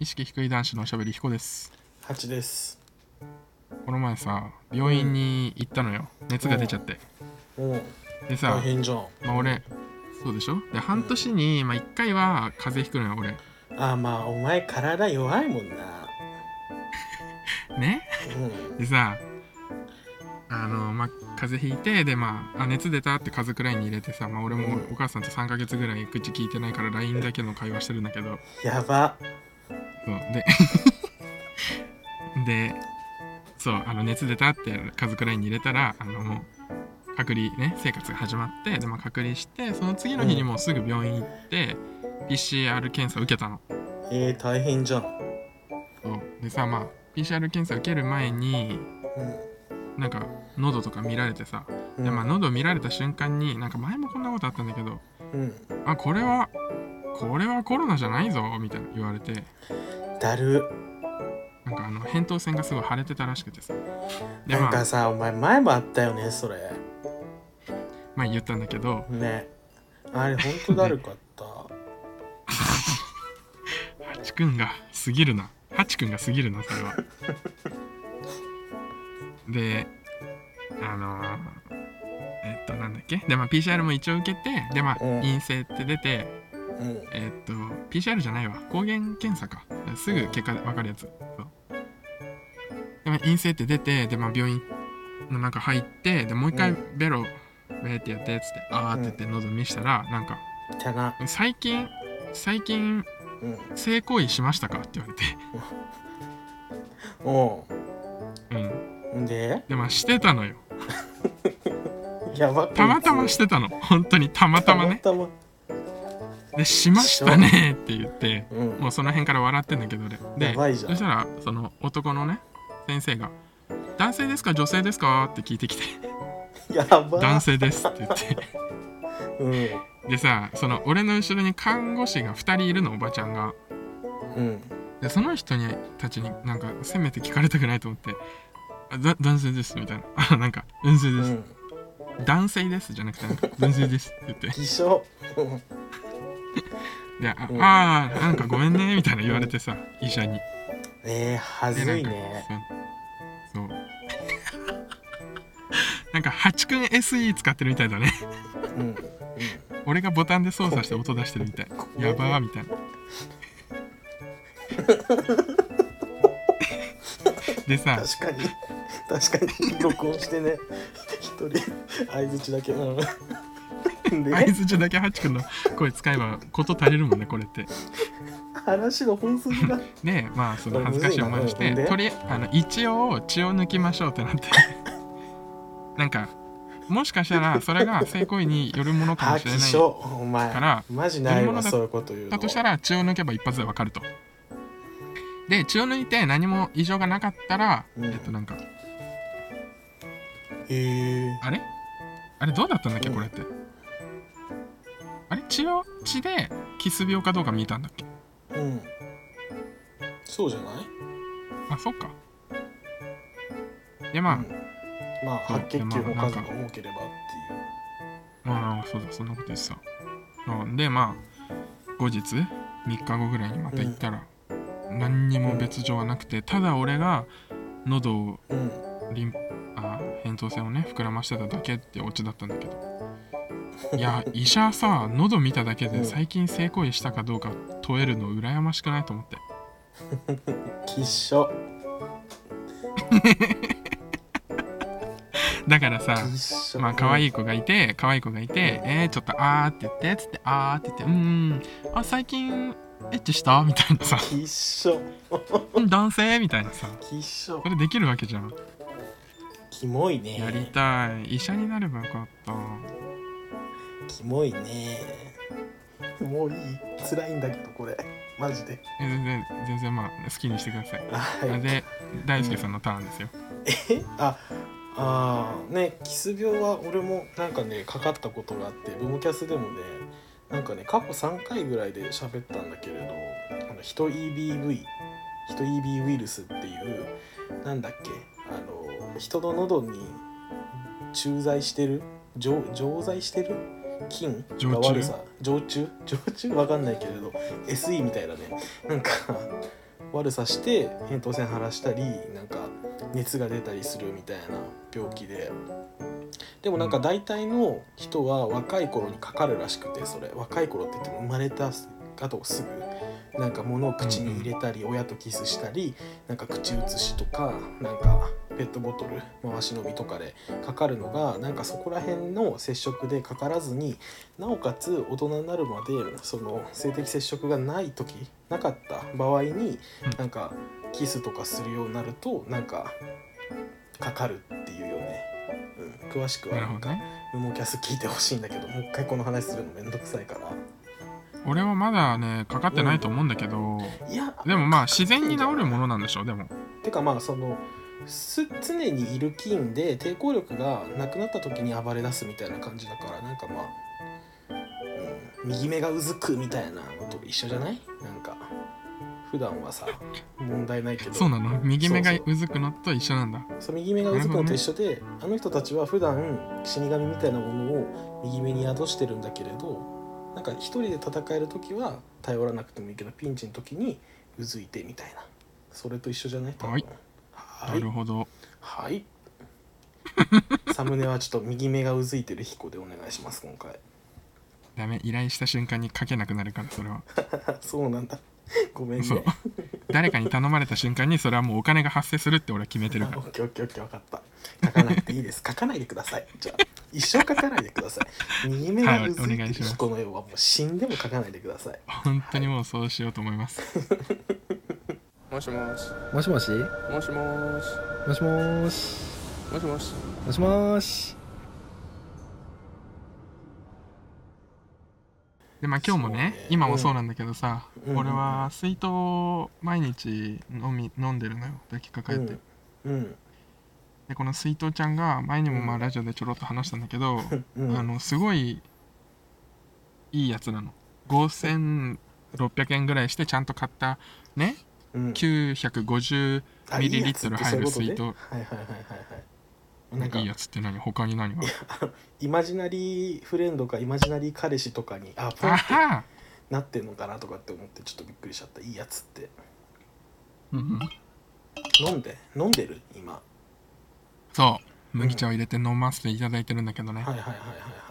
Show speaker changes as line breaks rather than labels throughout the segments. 意識低い男子のおしゃべり彦です
八です。
この前さ病院に行ったのよ熱が出ちゃって
おう
でさ
大、変じゃん。
まあ、俺そうでしょで半年に、まあ、1回は風邪ひくのよ俺
あまあお前体弱いもんな。
ね
うん。
でさあのまあ風邪ひいてでまああ熱出たって風邪くらいに入れてさ、まあ、俺もお母さんと3ヶ月ぐらい口聞いてないから LINE だけの会話してるんだけど
やば。
そうでで そうあの熱出たって風邪くらいに入れたらあのもう隔離ね生活が始まってで、まあ、隔離してその次の日にもうすぐ病院行って、PCR 検査受けたの。
えー、大変じゃん。
そうでさまあ PCR 検査受ける前になんか喉とか見られてさ
うん。
でまあ、喉見られた瞬間になんか前もこんなことあったんだけど
うん。
あこれはこれはコロナじゃないぞみたいな言われて
だる。
なんかあの扁桃腺がすごい腫れてたらしくてさで
なん
ま
か
あ、
さお前前もあったよねそれ。
まあ、言ったんだけど
ね。あれ本当だるかった。
ハチくんが過ぎるなハチくんが過ぎるなそれはであのーえっとなんだっけでまあ PCR も一応受けてでまあ
うん
陰性って出て
うん。
えっと PCR じゃないわ抗原検査かすぐ結果分かるやつそうでまあ陰性って出てで、まあ、病院の中入ってでもう一
う
回
ん
ベロベーってやってっつってあーって言って喉見したらなんか
じゃな。
最近最近
うん。
性行為しましたかって言われて
お
うん
う。んで
でまあしてたのよ
やばく
たまたましてたの本当にたまたまね
たまた
でしましたねって言って
ま。うん。
もうその辺から笑ってんだけど俺で
やばいじゃん
そしたらその男のね先生が「男性ですか女性ですか?」って聞いてきて
や
「
ば。
男。性です」って言って
うん。
でさその俺の後ろに看護師が2人いるのおばちゃんが
うん。
でその人にたちになんかせめて聞かれたくないと思って「あだ男性です」みたいな「あなんか男性
う
です、
ん。
男性です」じゃなくてなんか「男性です」って言って
偽証。うん
で「あ
うん
あーなんかごめんね」みたいな言われてさ医者に
えー、は
で
ず
なん
い
か
ね。
そうそうなんかハチくん SE 使ってるみたいだね
うん。うん
俺がボタンで操作して音出してるみたいやばーみ たいなでさ
確かに 確かに録音してね一人相づちだけなので
合図中だけハチくんの声使えばこと足りるもんねこれって
話の本筋 が
でまあその
これ
恥ずかしい思いをし
むずい
て
なうんで
とりあの一応血を抜きましょうってなって なんかもしかしたらそれが性行為によるものかも
飽
しれ
き
ない
性お前
から
マジない
乗り物
わ
だ
そういうこと言うの
だとしたら血を抜けば一発でわかるとで血を抜いて何も異常がなかったら、
うん
えっとなんか
へえ
あれあれどうだったんだっけ
うん
これって、あれ血を血でキス病かどうか見たんだっけ
うんそうじゃない
あそっかでまあ、
うんまあ
そう
白血球の
まあなん
数
か
が多ければっ
まあそうだそんなこと言ってたうんでまあ後日3日後ぐらいにまた行ったら、何にも別状はなくてただ俺が喉を
ていう
リンあ扁桃腺をね膨らましてただけってオチだったんだけどいや医者さ喉見ただけ
う
で
ん
最近性行為したかどうか問えるの羨ましくないと思って
うんきっしょ
だからさ
きっしょ
まあ可愛
い
い子がいて可愛い子がいて「えー、ちょっとあー」って言ってつって「あー」って言って「うーんあ最近エッチした?」みたいなさ
きっしょ
「うん男性?」みたいなさ
きっしょ
それできるわけじゃん
キモいね
やりたい医者になればよかった
キモいねもういい辛いんだけどこれマジで
え全然全然まあ好きにしてください
はい
で大輔さんのターンですよ
えああーねキス病は俺もなんかねかかったことがあってブームキャスでもねなんかね過去3回ぐらいで喋ったんだけれどあの人 EBV 人 EB ウイルスっていうなんだっけあの人の喉に駐在してる常常在してる菌
常
が
駐
悪さ常駐常駐わかんないけれど SE みたいだねなんか悪さして扁桃腺腫らしたりなんか熱が出たりするみたいな病気ででもなんか大体の人は若い頃にかかるらしくてそれ若い頃って言っても生まれたあとすぐなんか物を口に入れたり親とキスしたりなんか口移しとかなんかペットボトル回し飲みとかでかかるのがなんかそこら辺の接触でかからずになおかつ大人になるまでその性的接触がない時なかった場合に
うん
なんかキスとかするようになるとなんかかかるっていうよね、うん、詳しくは
な
な
るほ
ん
ど
か
ね
無毛キャス聞いてほしいんだけどもう一回この話するのめんどくさいから
俺はまだねかかってないと思うんだけど
いや
でもまあ自然に治るものなんでしょうでも
てかまあそのす常にいる菌で抵抗力がなくなった時に暴れ出すみたいな感じだからなんかまあ、うん、右目がうずくみたいなのと一緒じゃないなんか普段はさ問題ないけど
そうなの右目が
そうそう
うずくのと一緒なんだ
そう右目がうずくのと一緒で、あの人たちは普段死神みたいなものを右目に宿してるんだけれどなんか一人で戦える時は頼らなくてもいいけどピンチの時にうずいてみたいなそれと一緒じゃない多分
はい
は
ないるほど
はい。サムネはちょっと右目がうずいてる彦でお願いします今回。
ダメ依頼した瞬間に書けなくなるからそれは
そうなんだ。ごめんね。
そう誰かに頼まれた瞬間にそれはもうお金が発生するって俺は決めてる
あ
か
オ
ら
ッケーオッケーオッケー分かった。書かなくていい です。書かないでください。じゃあ一生書かないでください。右目がうずいて
はいお願
る
いします
彦の絵はもう死んでも書かないでください。
本当にもうそうしようと思います
もしもし
もしもし
もしもし
もしもーし
もしもし
もしもーし
でまあ今日もね
そうね
今もそうなんだけどさ、
うん
俺は水筒を毎日飲み飲んでるのよ抱きかかえて、
うん。うん。
でこの水筒ちゃんが前にもま
う
あラジオでちょろっと話したんだけど、
うん。
あのすごいいいやつなの5600円ぐらいしてちゃんと買ったね
うん
950
あ
ミリリットル入る
いいやつってそういう
水
こと
筒
ねはいはいはいはいはい。なんか
いいやつって何他に 何が
イマジナリーフレンドかイマジナリー彼氏とかにあポン
あ
って
は
なってんのかなとかって思ってちょっとびっくりしちゃったいいやつって
うんうん
飲んで飲んでる今
そう麦茶を入れて飲ませていただいてるんだけどね、
はいはいはいは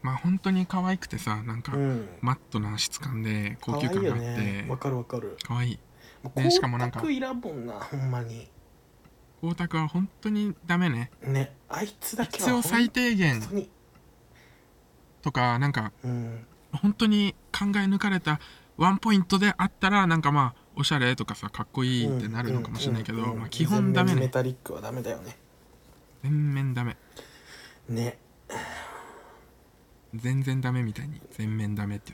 まあ本当に可愛くてさなんか、
いはいうん
マットな質感で
可
高
愛
級
い
感が
よ
あっ
ね
て
わかるわかる
可愛いね
光
しかもなんか
沢いらんもんなほんまに
光沢は本当にダメね
ねあいつだけ
必
は
要最低限
本当に
とかなんか
うん
本当に考え抜かれたワンポイントであったらなんかまあおしゃれとかさかっこいいってなるのかもしれないけど、
うんうんうん
まあ、基本ダメ
全面
ね
メタリックはダメだよね
全面ダメ
ね
全然ダメみたいに全面ダメって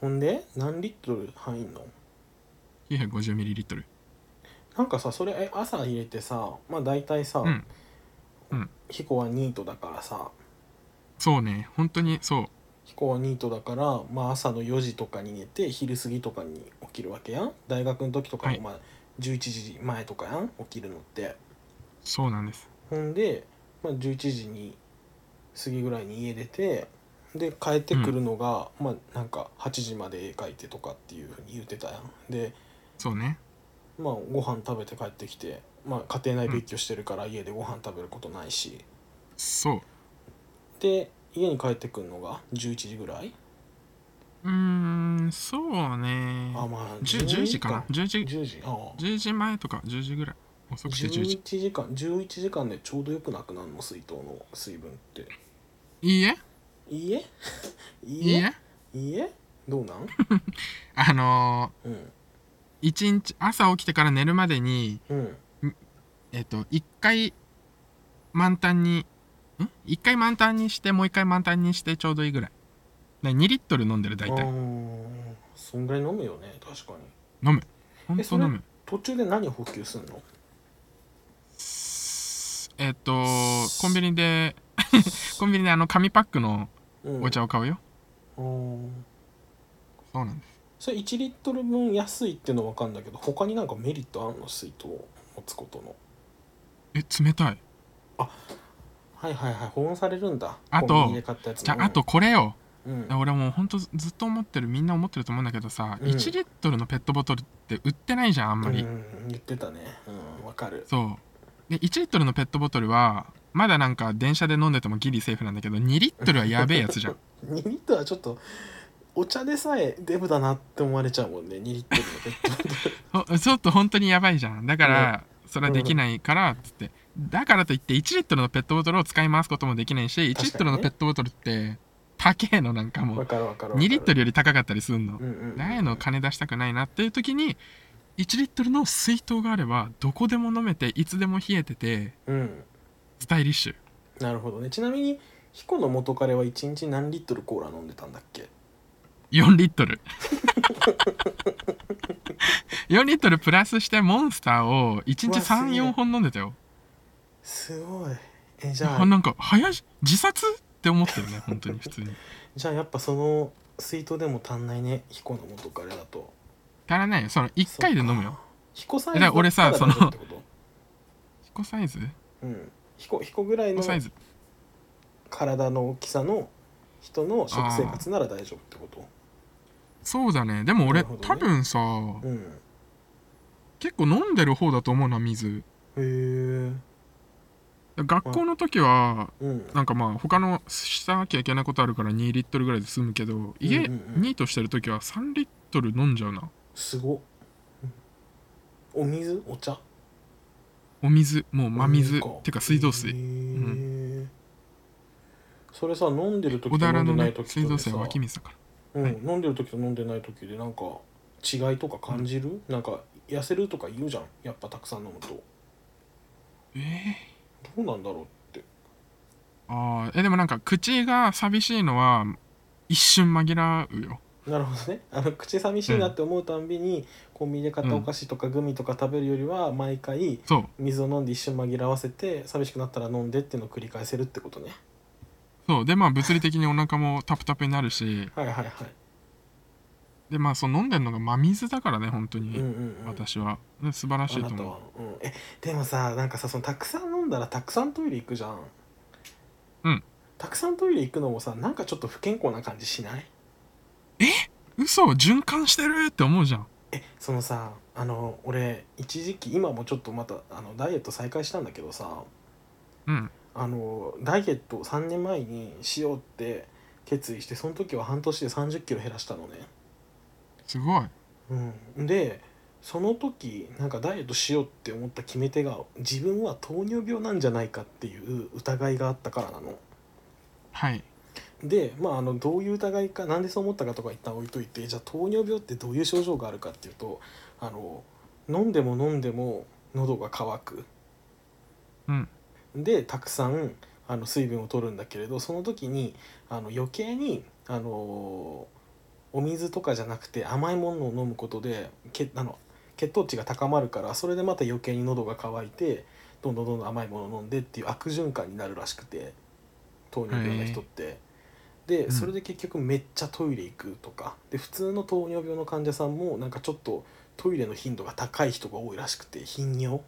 ほんで何リットル入んの
言った 950ml
なんかさそれえ朝入れてさまあ大体さ
うん
ヒコはニートだからさ
そうね本当にそう
飛行はニートだから、まあ、朝の4時とかに寝て昼過ぎとかに起きるわけやん大学の時とか
は
も
い
まあ11時前とかやん起きるのって
そうなんです
ほんで、まあ、11時に過ぎぐらいに家出てで帰ってくるのが、まあなんか8時まで絵描いてとかっていうふうに言ってたやんで
そうね
まあご飯食べて帰ってきて、まあ、家庭内別居してるから家でご飯食べることないし、
そ
で家に帰ってくるのが11時ぐらい、
ううーんそうね
あまあ
10 10時かな10時
10時ああ
10時前とか10時ぐらい遅くて10
11
時
時間11時間でちょうどよくなくなるの水筒の水分って
いいえ
いいえい
い
い
い
え
え
いいえどうなん
あの
うん
ー、一日朝起きてから寝るまでに
うん
えっ、と一回満タンにん一回満タンにしてもう一回満タンにしてちょうどいいぐらいだ2リットル飲んでる
あ
大体
ーそんぐらい飲むよね確かに
飲むほん
え
と
それ
飲む
途中で何補給すんの
えっ、とコンビニでコンビニであの紙パックの
うん
お茶を買うよ、
あー
そうなんです
それ1リットル分安いっていうのは分かるんだけど他になんかメリットあんの水筒を持つことの
え冷たい
はいはいはい保温されるんだ
あと
コンビニで買ったやつも
じゃ
うん
ああとこれよ
うん
で俺はもうほんとずっと思ってるみんな思ってると思うんだけどさ、
うん
1リットルのペットボトルって売ってないじゃんあんまり、
うん言ってたねうんわかる
そうで1リットルのペットボトルはまだなんか電車で飲んでてもギリセーフなんだけど2リットルはやべえやつじゃ ん
2リットルはちょっとお茶でさえデブだなって思われちゃうもんね2リットルのペットボトル
ほちょっと本当にやばいじゃんだからそれはできないからっつってだからといって1リットルのペットボトルを使い回すこともできないし1リ
確
ット
かにね
ルのペットボトルって高えのなんかも
わ
う
かるわかるわかる
2リットルより高かったりすんの
うんうん
ああいうの金出したくないなっていう時に1リットルの水筒があればどこでも飲めていつでも冷えてて
うん
スタイリッシュ
なるほどねちなみに彦の元彼は1日何リットルコーラ飲んでたんだっけ
4リットル 4リットルプラスしてモンスターを1日
うわすげえ
34本飲んでたよ
すごいえじゃ
あ
あ
なんか早し自殺って思ったよね本当に普通に
じゃあやっぱその水筒でも足んないね彦の元彼だと
足らないよその1回で飲む
そっ
よ
か彦さん
えだから俺さ
だったら
その
ってこと
彦サイズ
うん彦彦ぐらい
彦
の
サイズ
体の大きさの人の食生活なら大丈夫ってこと
そうだねでも俺、
なるほどね
多分さ
うん
結構飲んでる方だと思うな水
へえ
学校の時は
うん
なんかまあ他のしなきゃいけないことあるから2リットルぐらいで済むけど家
うんうんうん
ニートしてる時は3リットル飲んじゃうな
すごっお水お茶
お水もう真水
お
て
か
か水道
へえ
水
それさ飲んでる時
小
と
田
飲
原
んで
の
ない
ね
時
水道
とで
水
さ
は湧き水だから
うん
はい
飲んでる時と飲んでない時でなんか違いとか感じるなんか痩せるとか言うじゃんやっぱたくさん飲むとど
え
うなんだろうって
ー、あーえでもなんか口が寂しいのは一瞬紛らうよ
なるほどね あの口寂しいなって思うたんびに、コンビニで買ったお菓子とかグミとか食べるよりは毎回
そう
水を飲んで一瞬紛らわせて寂しくなったら飲んでっていうのを繰り返せるってことね
そうでまあ物理的にお腹もタプタプになるし
はいはいはい
でまあそう飲んでるのが真水だからね本当に、
うんうんうん
私はで素晴らしい
あ
と
なた
思
は、うん、えでもさなんかさそのたくさん飲んだらたくさんトイレ行くじゃん
うん
たくさんトイレ行くのもさなんかちょっと不健康な感じしないう
嘘循環してるって思うじゃん
えそのさあの俺一時期今もちょっとまたあのダイエット再開したんだけどさ
うん
あのダイエットを3年前にしようって決意してその時は半年で3 0キロ減らしたのね
すごい
うん、でその時なんかダイエットしようって思った決め手が自分は糖尿病なんじゃないかっていう疑いがあったからなの。
はい
でまああのどういう疑いかなんでそう思ったかとか一旦置いといてじゃあ糖尿病ってどういう症状があるかっていうとあの飲んでも飲んでも喉が渇く
うん
でたくさんあの水分を取るんだけれどその時にあの余計にあのお水とかじゃなくて甘いものを飲むことでけあの血糖値が高まるからそれでまた余計に喉が渇いてどんどんどんどん甘いものを飲んでっていう悪循環になるらしくて糖尿病の人って。で
うん
それで結局めっちゃトイレ行くとかで普通の糖尿病の患者さんもなんかちょっとトイレの頻度が高い人が多いらしくて頻尿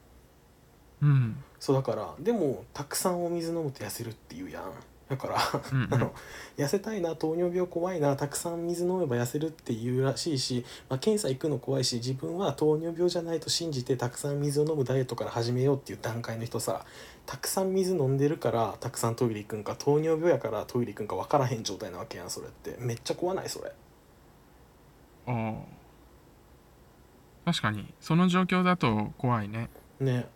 うん
そうだからでもたくさんお水飲むと痩せるっていうやんだから、
うんうん
あの 痩せたいな糖尿病怖いなたくさん水飲めば痩せるっていうらしいし、まあ、検査行くの怖いし自分は糖尿病じゃないと信じてたくさん水を飲むダイエットから始めようっていう段階の人さたくさん水飲んでるからたくさんトイレ行くんか糖尿病やからトイレ行くんか分からへん状態なわけやんそれってめっちゃ怖ないそれ
あー確かにその状況だと怖いね
ね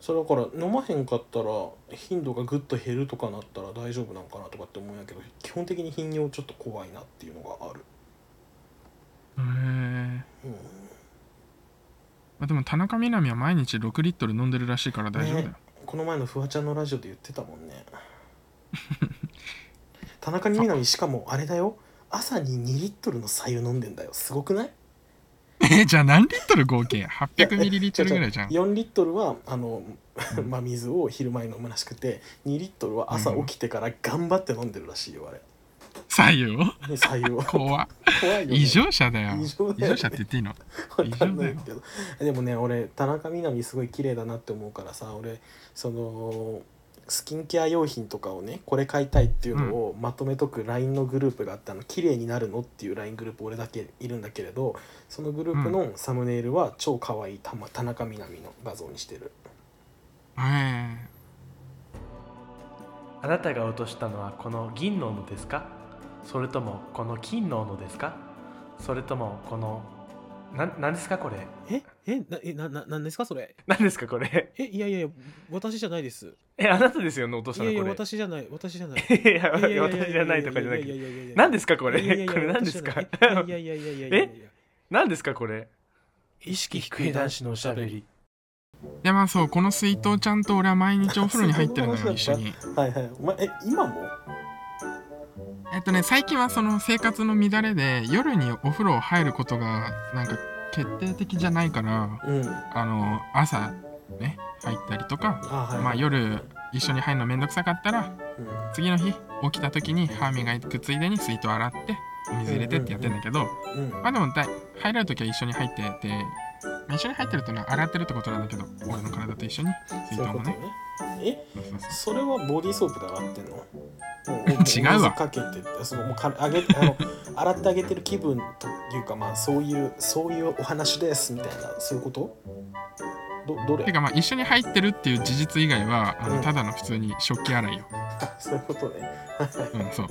それだから飲まへんかったら頻度がぐっと減るとかなったら大丈夫なんかなとかって思うんやけど基本的に頻尿ちょっと怖いなっていうのがある、
へえ
うん、
まあ、でも田中みな実は毎日6リットル飲んでるらしいから大丈夫だよ、
ねこの前のフワちゃんのラジオで言ってたもんね 田中みな実しかもあれだよ朝に2リットルの白湯飲んでんだよすごくない
えじゃあ何リットル合計 ?800 ミリリットルぐらいじゃ ん
4リットルはあの、 まあ水を昼前に飲むらしくて2リットルは朝起きてから頑張って飲んでるらしいよあれ
左右
ね白 湯を
怖っ
怖いよ、ね、
異常者だよ
異常だ
異
よね
常者って言っていいの
わかんないけどでもね俺田中みな実すごい綺麗だなって思うからさ俺そのスキンケア用品とかをねこれ買いたいっていうのをまとめとく LINE のグループがあって「あの綺麗になるの?」っていう LINE グループ俺だけいるんだけれどそのグループのサムネイルは超可愛いたま田中みな実の画像にしてる
え
あなたが落としたのはこの銀の斧ですかそれともこの金の斧ですかそれともこのななんですかこれ
ええなえなななんですかそれ
なんですかこれ
えいやいやいや私じゃないです
えあなたですよね落とし
い
た
や
の
いや
これ
私じゃない私じゃない
いやいや 私じゃないとかじゃなくて
て
何ですかこれ
いやいやいや
これ何ですか
いやい やいやいやいやいやいやいや
何ですかこれ
意識低い男子のおしゃべり
ー、いやまあそうこの水筒ちゃんと俺は毎日お風呂に入ってるのよ
水
一
筒の
緒
話
に
はいはいお前え今も
えっとね最近はその生活の乱れで夜にお風呂を入ることがなんか決定的じゃないから
うん
あの朝ね入ったりとか
あはい
まあ夜一緒に入るのめんどくさかったら
うん
次の日起きた時に歯磨くついでに水筒洗ってお水入れてってやってんだけど、
うん
まあでもだい入れる時は一緒に入っててまあ一緒に入ってるとね洗ってるってことなんだけど俺の体と一緒に水筒
そういうこ
も
とね
ね
え
そうそうそう
それはボディーソープで洗ってんのもう
違うわ
お水かけてってそのもうかあげあの洗ってあげてる気分というかまあそういうそういうお話ですみたいなそういうことどどれ
てかまあ一緒に入ってるっていう事実以外はあ
うん
のただの普通に食器洗いよ、
あ そういうことね
うん、そう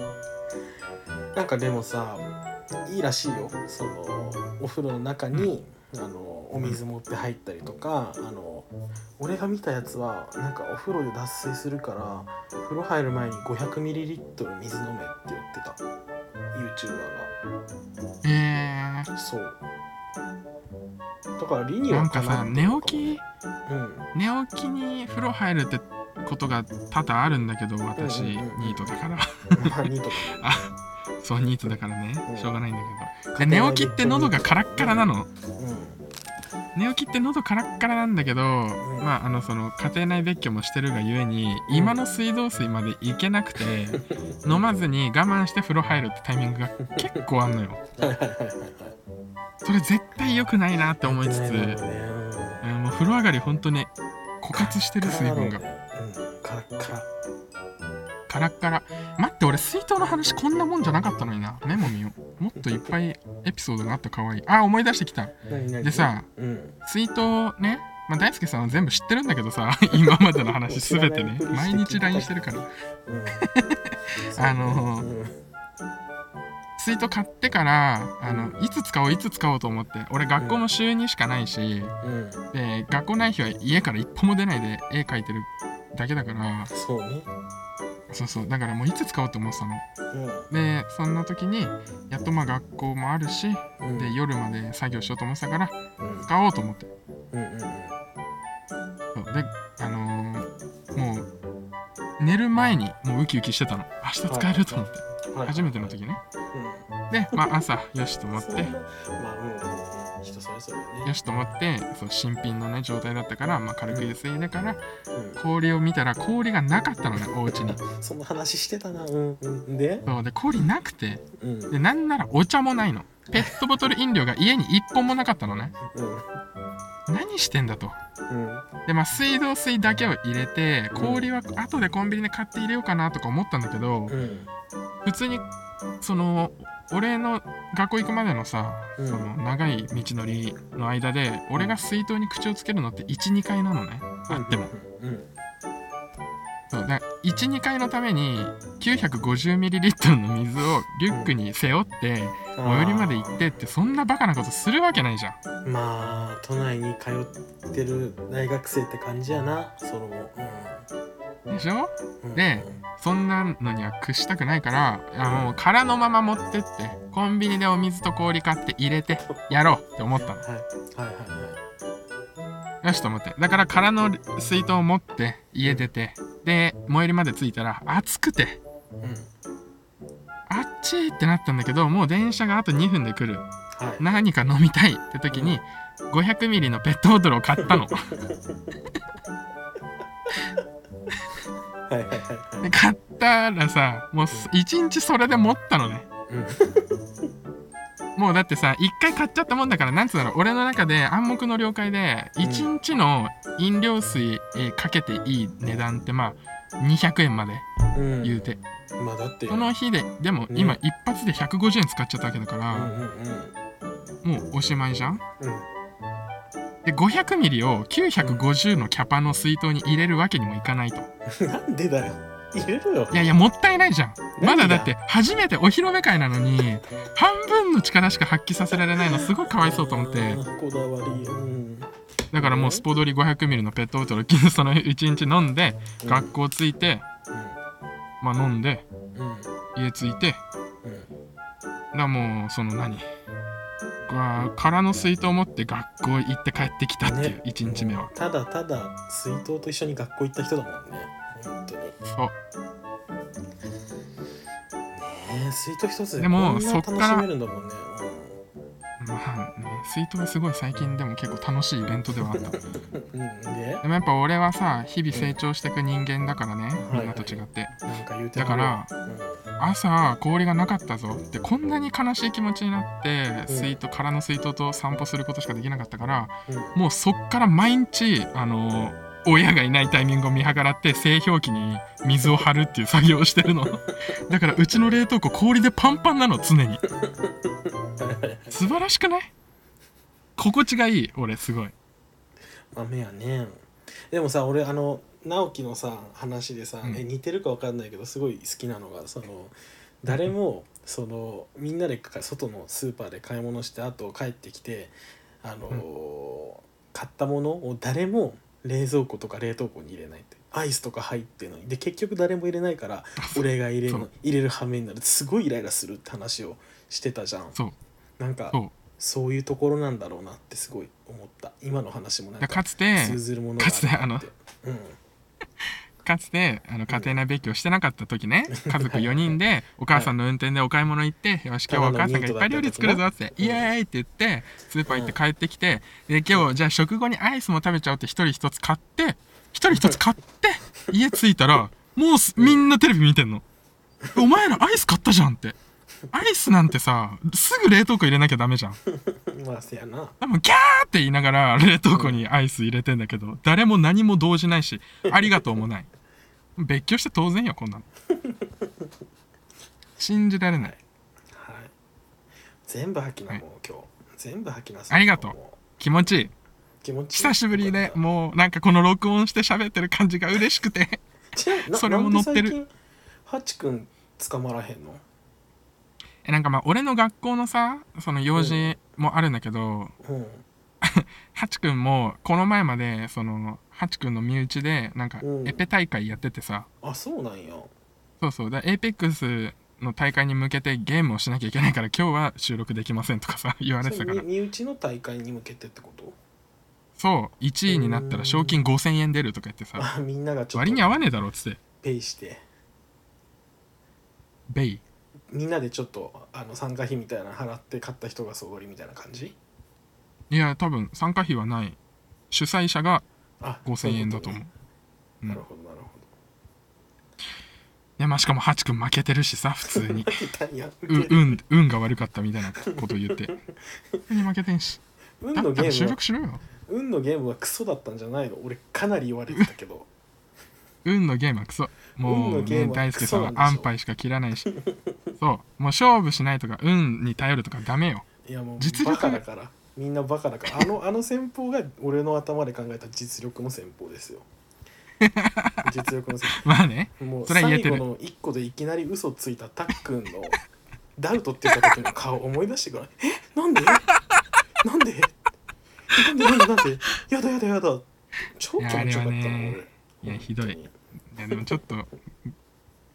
なんかでもさいいらしいよそのお風呂の中に、あのお水持って入ったりとかあの俺が見たやつはなんかお風呂で脱水するから風呂入る前に 500ml 水飲めって言ってた YouTuber
え
がそうだから理に
ー、な
は
んか
な
さ
って
寝
るのも
起き
うん
寝起きに風呂入るってことが多々あるんだけど私、
うんうんうん
ニートだから
まあニートか
そうニートだからね
うん
しょうがないんだけど
家
で
庭
寝
は
起きって喉がカラッカラなの
もうん
寝起きって喉カラッカラなんだけど、まああのその家庭内別居もしてるがゆえに今の水道水まで行けなく て飲まずに我慢して風呂入るってタイミングが結構あんのよ
はいはいはいはいはい
それ絶対良くないなって 思い つつ、
やってないもんね
うんもう風呂上がり本当ね枯渇してる水分が
うんカラッカラ
カラッカラ待って俺水筒の話こんなもんじゃなかったのになメモ見ようもっといっぱいエピソードがあったかわいいあ思い出してきた
何何
でさ
うん
水筒ね、まあ、大輔さんは全部知ってるんだけどさ 今までの話すべてね
知らな
毎
いふりし
日
て聞いた
LINE してるから
うん
あのー
うん
水筒買ってからあのいつ使おういつ使おうと思って俺学校も週にしかないし
うん
で学校ない日は家から一歩も出ないで絵描いてるだけだから
そうね
そうそうだからもういつ使おうと思ってたの
う
でそんな時にやっとまあ学校もあるし
んうん
で夜まで作業しようと思ってたから
うん
使おうと思って
うんうんうん
そうであのーもう寝る前にもうウキウキしてたの明日使えると思って、
はい
初めての時ね
うん
で、まあ、朝よしと思っ
そんな
て
まあうん人それぞれ
よ
ね
しと思ってそう新品のね状態だったから、まあ、軽くゆすいでから
う
氷を見たら氷がなかったのねお家に
んその話してたなうんうんで
そうで氷なくて
うんうん
でなんならお茶もないのペットボトル飲料が家に1本もなかったのね何してんだと
うん
でまあ水道水だけを入れて氷は後でコンビニで買って入れようかなとか思ったんだけど
うん
普通にその俺の学校行くまでのさ
う
そ
ん
の長い道のりの間で俺が水筒に口をつけるのって12回なのねあっても
うん
そうだ12回のために 950ml の水をリュックに背負って
あー
最寄りまで行ってってそんなバカなことするわけないじゃん
まあ都内に通ってる大学生って感じやなその
でしょ
うんうん
でそんなのには屈したくないからいやもう空のまま持ってってコンビニでお水と氷買って入れてやろうって思ったの
はいはいはいはい
よしと思ってだから空の水筒を持って家出てで最寄りまで着いたら暑くて
うん
あっちーってなったんだけどもう電車があと2分で来る
はい
何か飲みたいって時に500ミリのペットボトルを買ったの
はいはいはい
で買ったらさもう1日それで持ったのね
うん
もうだってさ一回買っちゃったもんだからなんつうんだろう俺の中で暗黙の了解で
うん
1日の飲料水えーかけていい値段ってまあ200円まで
うん
言うて、
まあだって
その日ででも今
ね
一発で150円使っちゃったわけだか
うん
ら、
うんうん
もうおしまいじゃん
うん
で500ミリを950のキャパの水筒に入れるわけにもいかないと
なんでだよ入れろよ
いやいやもったいないじゃんま
何が
だだって初めてお披露目会なのに半分の力しか発揮させられないのすごいかわいそうと思って
あーこだわりうん
だからもうスポドリ500ミリのペットボトルを昨日その1日飲んで
うん
学校着いてまあ飲んで
うん
家着いてだか
うん
らもうその何うわ空の水筒を持って学校行って帰ってきたっていう
ね
1日目は
ただただ水筒と一緒に学校行った人だもんね本当に
そう
ねえ水筒一つ
でも
こんな
そっから
楽しめるんだもんね
まあね水筒はすごい最近でも結構楽しいイベントではあった
うんうんで
でもやっぱ俺はさ日々成長していく人間だからね
うん
みんなと違って
なんか言うて
だから朝氷がなかったぞってこんなに悲しい気持ちになって
うん
水筒空の水筒と散歩することしかできなかったから
うんうん
もうそっから毎日あの親がいないタイミングを見計らって製氷機に水を張るっていう作業をしてる のだからうちの冷凍庫氷でパンパンなの常 に素晴らしくない心地がいい俺すごい
豆やねでもさ俺あの直樹のさ話でさ、
うん
え似てるかわかんないけどすごい好きなのがその誰もそのみんなでか外のスーパーで買い物して後帰ってきてあのー買ったものを誰も冷蔵庫とか冷凍庫に入れないってアイスとか入ってるのにで結局誰も入れな いから俺が入れる
そう
入れる羽目になるすごいイライラするって話をしてたじゃん
そう
なんか
そう
そういうところなんだろうなってすごい思った今の話もなん
だ
か
からかつて
通ずるものがあるなって
かつてあの
うん
かつてあの家庭内勉強してなかった時ね 家族4人でお母さんの運転でお買い物行って「よし今日はお母さんがいっぱい料理作るぞ」って「イエーイ!」って言ってスーパー行って帰ってきてで今日じゃあ食後にアイスも食べちゃおうって一人一つ買って一人一つ買って家着いたらもうすみんなテレビ見てんの「お前らアイス買ったじゃん」ってアイスなんてさすぐ冷凍庫入れなきゃダメじゃん
まあせやな
多分ギャーって言いながら冷凍庫にアイス入れてんだけど誰も何も動じないしありがとうもない別居して当然よこんなの信じられない
はい全部吐きなもう今日全部吐きなさい
ありがとう
も
気持ちいい
気持ちいい
久しぶりで
よかっ
もうなんかこの録音して喋ってる感じが嬉しくて
た ちなみにな
それも載ってる
なんで最近ハチくん捕まらへんの
えなんかまあ俺の学校のさその用事もあるんだけど
うん
ハチくんもこの前までそのハチくんの身内でなんか
うん
エペ大会やっててさ、
あそうなんや
そうそうだエイペックスの大会に向けてゲームをしなきゃいけないから今日は収録できませんとかさ 言われてた
それ
から
み身内の大会に向けてってこと
そう1位になったら賞金5000円出るとか言ってさ
あみんながちょっ
割に合
と
わねえだろっつって
ペイして
ベイ
みんなでちょっとあの参加費みたいなの払って買った人が総割りみたいな感じ
いや多分参加費はない主催者が
あそう
5000
いう
円
こ
だ
と
と
ね
思ううん
なるほどなるほど
いやまあしかもハチ君負けてるしさ普 通に
いたいや
う運運が悪かったみたいなこと言 って普通に負けてんし
運
だ
の
っ
ゲ
たら
ー
収
ムは
録しろよ
運のゲームはクソだったんじゃないの俺かなり言われてたけど
運のゲームはクソも
運の
う
ゲー
ね
ムは
大
ク
輔
ソ
さん
な
は
んでしょ
安牌しか切らないしそうもう勝負しないとか運に頼るとかダメよ
いやもう
実力
バカだからみんなバカだからあのあの戦法が俺の頭で考えた実力の戦 法ですよ実力の戦
まあね
法もう
それ
最
は言えてる
後の1個でいきなり嘘ついたたっくんの ダウトって言った時の顔思い出してくらいえなんでなんでなんでなんでなんでやだやだやだ超気持ちよかったの
いやあれはね
俺
いやひどい
本当に
いやでもちょっと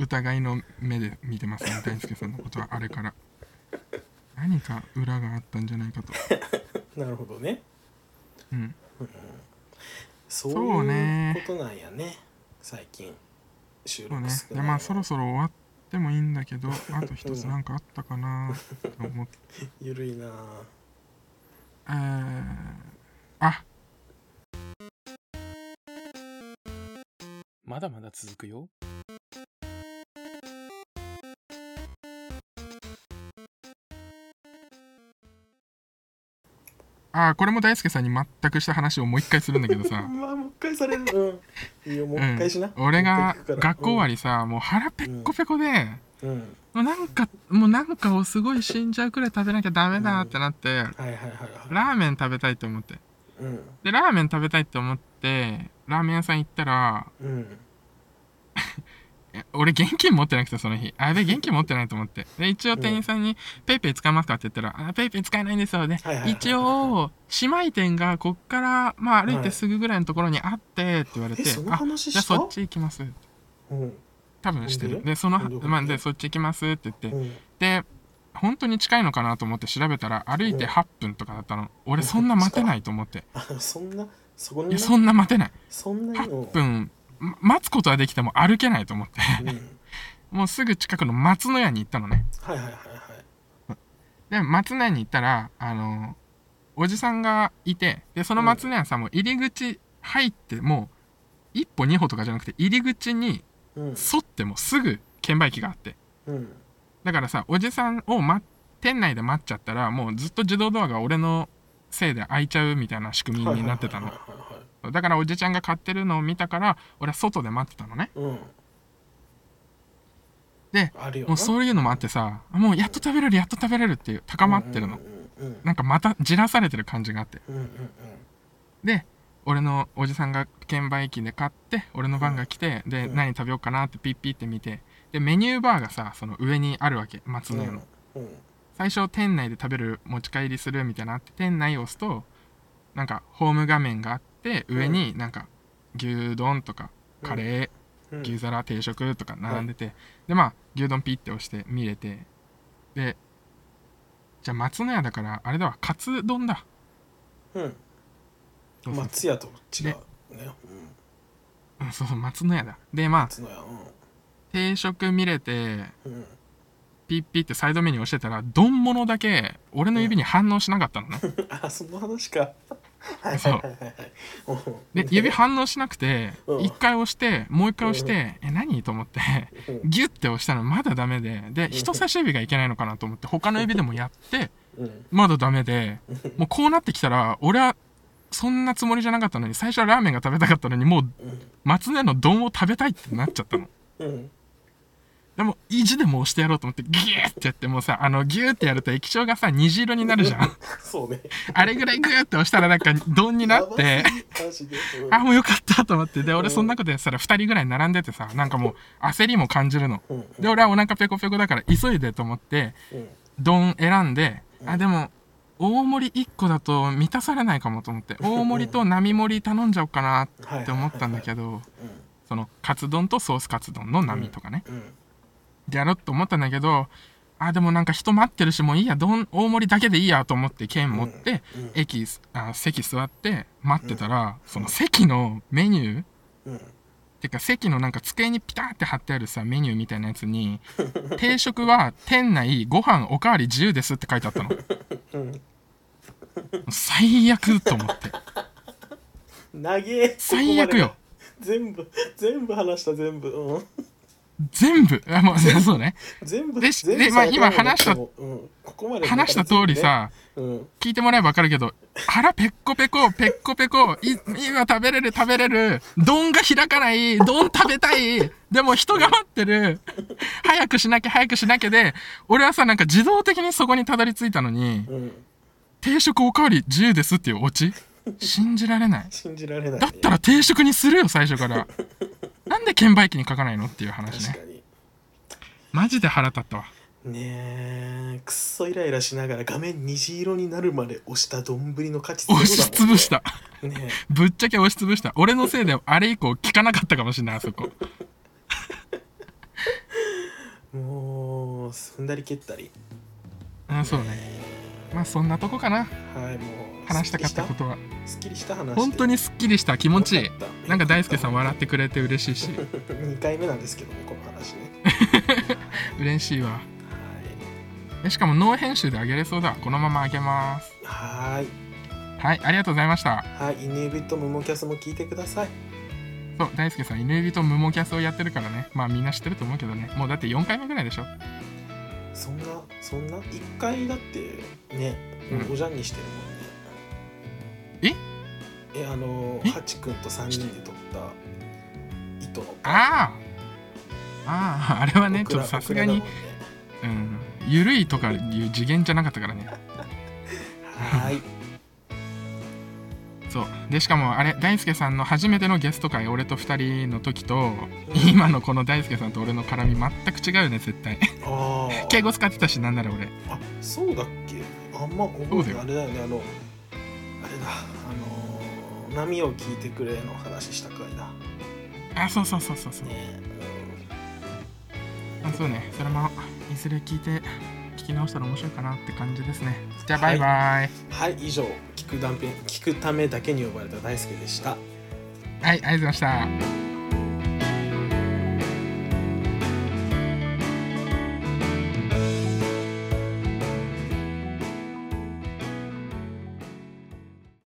疑いの目で見てますね大輔さんのことはあれから何か裏があったんじゃないかと、
なるほどね
うん、
そう
そう
いう
ね
ことなんやね最近収
そう
録
ね
少
い
な
や
い
まあそろそろ終わってもいいんだけどあと一つなんかあったかなと思って、
ゆるいな
えー、あ
まだまだ続くよ。
ああこれも大輔さんに全くした話をもう一回するんだけどさ
まあもう一回されるうんいいよもう一回しな、
うん、俺が
もう一回行くから
学校終わりさ、もう腹ペッコペコで、
うん、うん
もうなんかもうなんかをすごい死んじゃうくらい食べなきゃダメだってなって、
はいはいはいは
ラーメン食べたいと思って
いうん
でラーメン食べたいって思ってラーメン屋さん行ったら
うん
いや俺現金持ってなくてその日あやべえ現金持ってないと思ってで一応店員さんに「ペイペイ使えますか?」って言ったら「あペイペイ使えないんですよね
はいはいはいはい
一応姉妹店がこっから、まあ、歩いてすぐぐらいのところにあって」って言われて
えそ
「
の
あ
話
じゃあ
した
そっち行きます」
うん
多分してる
ほんで
でその
ほんでほんで
まあでそっち行きますって言って
うん
で本当に近いのかなと思って調べたら歩いて
うん
8分とかだったの俺そんな待てないと思って
あそんなそこ
い
にな
やそんな待てない
そんなに
8
も
分ま待つことはできても歩けないと思って
うんはい
もうすぐ近くの松の屋に行ったのね
はいはいはい
で松の屋に行ったらあのおじさんがいてでその松の屋さんも入り口入ってもう一歩二歩とかじゃなくて入り口に
うん
沿ってもうすぐ券売機があって
うん
だからさおじさんを、ま、店内で待っちゃったらもうずっと自動ドアが俺のせいで開いちゃうみたいな仕組みになってたの
はいはいはいはいはい
だからおじちゃんが買ってるのを見たから俺は外で待ってたのね
うん
で
あるよな
もうそういうのもあってさもうやっと食べれるやっと食べれるっていう高まってるの
うんうん
なんかまたじらされてる感じがあって
うんうん
で俺のおじさんが券売機で買って俺の番が来てで
うん
何食べようかなってピッピって見てでメニューバーがさその上にあるわけ松
うん
の
う
屋の
んうん
最初店内で食べる持ち帰りするみたいなのあって店内を押すとなんかホーム画面があって上になんか牛丼とか
うん
カレ
う
ー、
ん
牛皿定食とか並んでて、でまあ牛丼ピッて押して見れてでじゃあ松の屋だからあれだわカツ丼だ
うん
そうそう
松屋と違うねうん
うんそうそう松の屋だでまあ
松の屋
定食見れて
うんうん
ピッピってサイドメニュー押してたら丼物だけ俺の指に反応しなかったのね、
あその話かはい
そう
はいはいはい
で指反応しなくて
うん
1回押してもう1回押してえ何と思って
うん
ギュッて押したのまだダメでで人差し指がいけないのかなと思って他の指でもや って
うん
まだダメでもうこうなってきたら俺はそんなつもりじゃなかったのに最初はラーメンが食べたかったのにもう松根の丼を食べたいってなっちゃったの。
うん
でも意地でも押してやろうと思ってギューってやってもうさあのギューってやると液晶がさ虹色になるじゃん
そうね
あれぐらいギューって押したらなんか丼になって
やばすぎマジでうん
あもうよかったと思ってで俺そんなことやってたら2人ぐらい並んでてさなんかもう焦りも感じるの
うん
で俺はお腹ペコペコだから急いでと思って
うん
丼選んで
うん
あでも大盛り1個だと満たされないかもと思って大盛りと並盛り頼んじゃおうかなって思ったんだけどそのカツ丼とソースカツ丼の並とかね
うんうん
でやろうと思ったんだけどあでもなんか人待ってるしもういいや丼大盛りだけでいいやと思って券持って
うん
駅あ席座って待ってたらその席のメニュー
うん
てか席のなんか机にピタって貼ってあるさメニューみたいなやつに 定食は店内ご飯おかわり自由ですって書いてあったの
うん
最悪と思 って
長え
最悪よ
ここまで全部全部話した全部うん
全部あ もうそうね
全部
でし
全部
でまあ
された
今話した
もううんここまで
話した通りさ
うん
聞いてもらえば分かるけど腹ペッコペコペッコペコい今食べれる食べれる丼が開かない丼食べたいでも人が待ってる早くしなきゃ早くしなきゃで俺はさなんか自動的にそこにたどり着いたのに
うん
定食おかわり自由ですっていうオチ信じられない
信じられないね
だったら定食にするよ最初からなんで券売機に書かないのっていう話
確
ね
かに
マジで腹立ったわ
ねえくっそイライラしながら画面虹色になるまで押した丼の価値
押し潰したた
もんねね
ぶっちゃけ押し潰した俺のせいであれ以降聞かなかったかもしれないあそこ
えもう踏んだり蹴ったり
うんそうねまあそんなとこかな
はいもう
話したかったことは
すっきりした話で
本当にすっきりした気持ちいい
よかった
なんか大輔さん笑ってくれて嬉しいし
2回目なんですけどねこの話ね
嬉しいわえしかもノー編集であげれそうだこのままあげます
はいはーい
はいありがとうございました
はいイヌイビットムモキャスも聞いてください
そう大輔さん犬指とムモキャスをやってるからねまあみんな知ってると思うけどねもうだって4回目ぐらいでしょ
そんなそんな1回だってね、
うん
おじゃんにしてるもんね前あの
え
ハチ君と3人で撮った糸の
あああああれはね
オク
ちょ
ラ
っとさすがに、
オクラだ
うん、ゆるいとかいう次元じゃなかったからね
もんねはーい
そうでしかもあれ大輔さんの初めてのゲスト会俺と2人の時と今のこの大輔さんと俺の絡み全く違うよね絶対
あー
敬語使ってたしなんなら俺
あそうだっけあんま覚えてないあれだよねあのあれだあのー波を聞いてくれの話した回だ
あそうそうそうそうそう
ね
あそうねそれもいずれ聞いて聞き直したら面白いかなって感じですねじゃあ
は
バ
い
イバイ
うんはい以上聞く断片聞くためだけに呼ばれた大輔でした
はい、ありがとうございました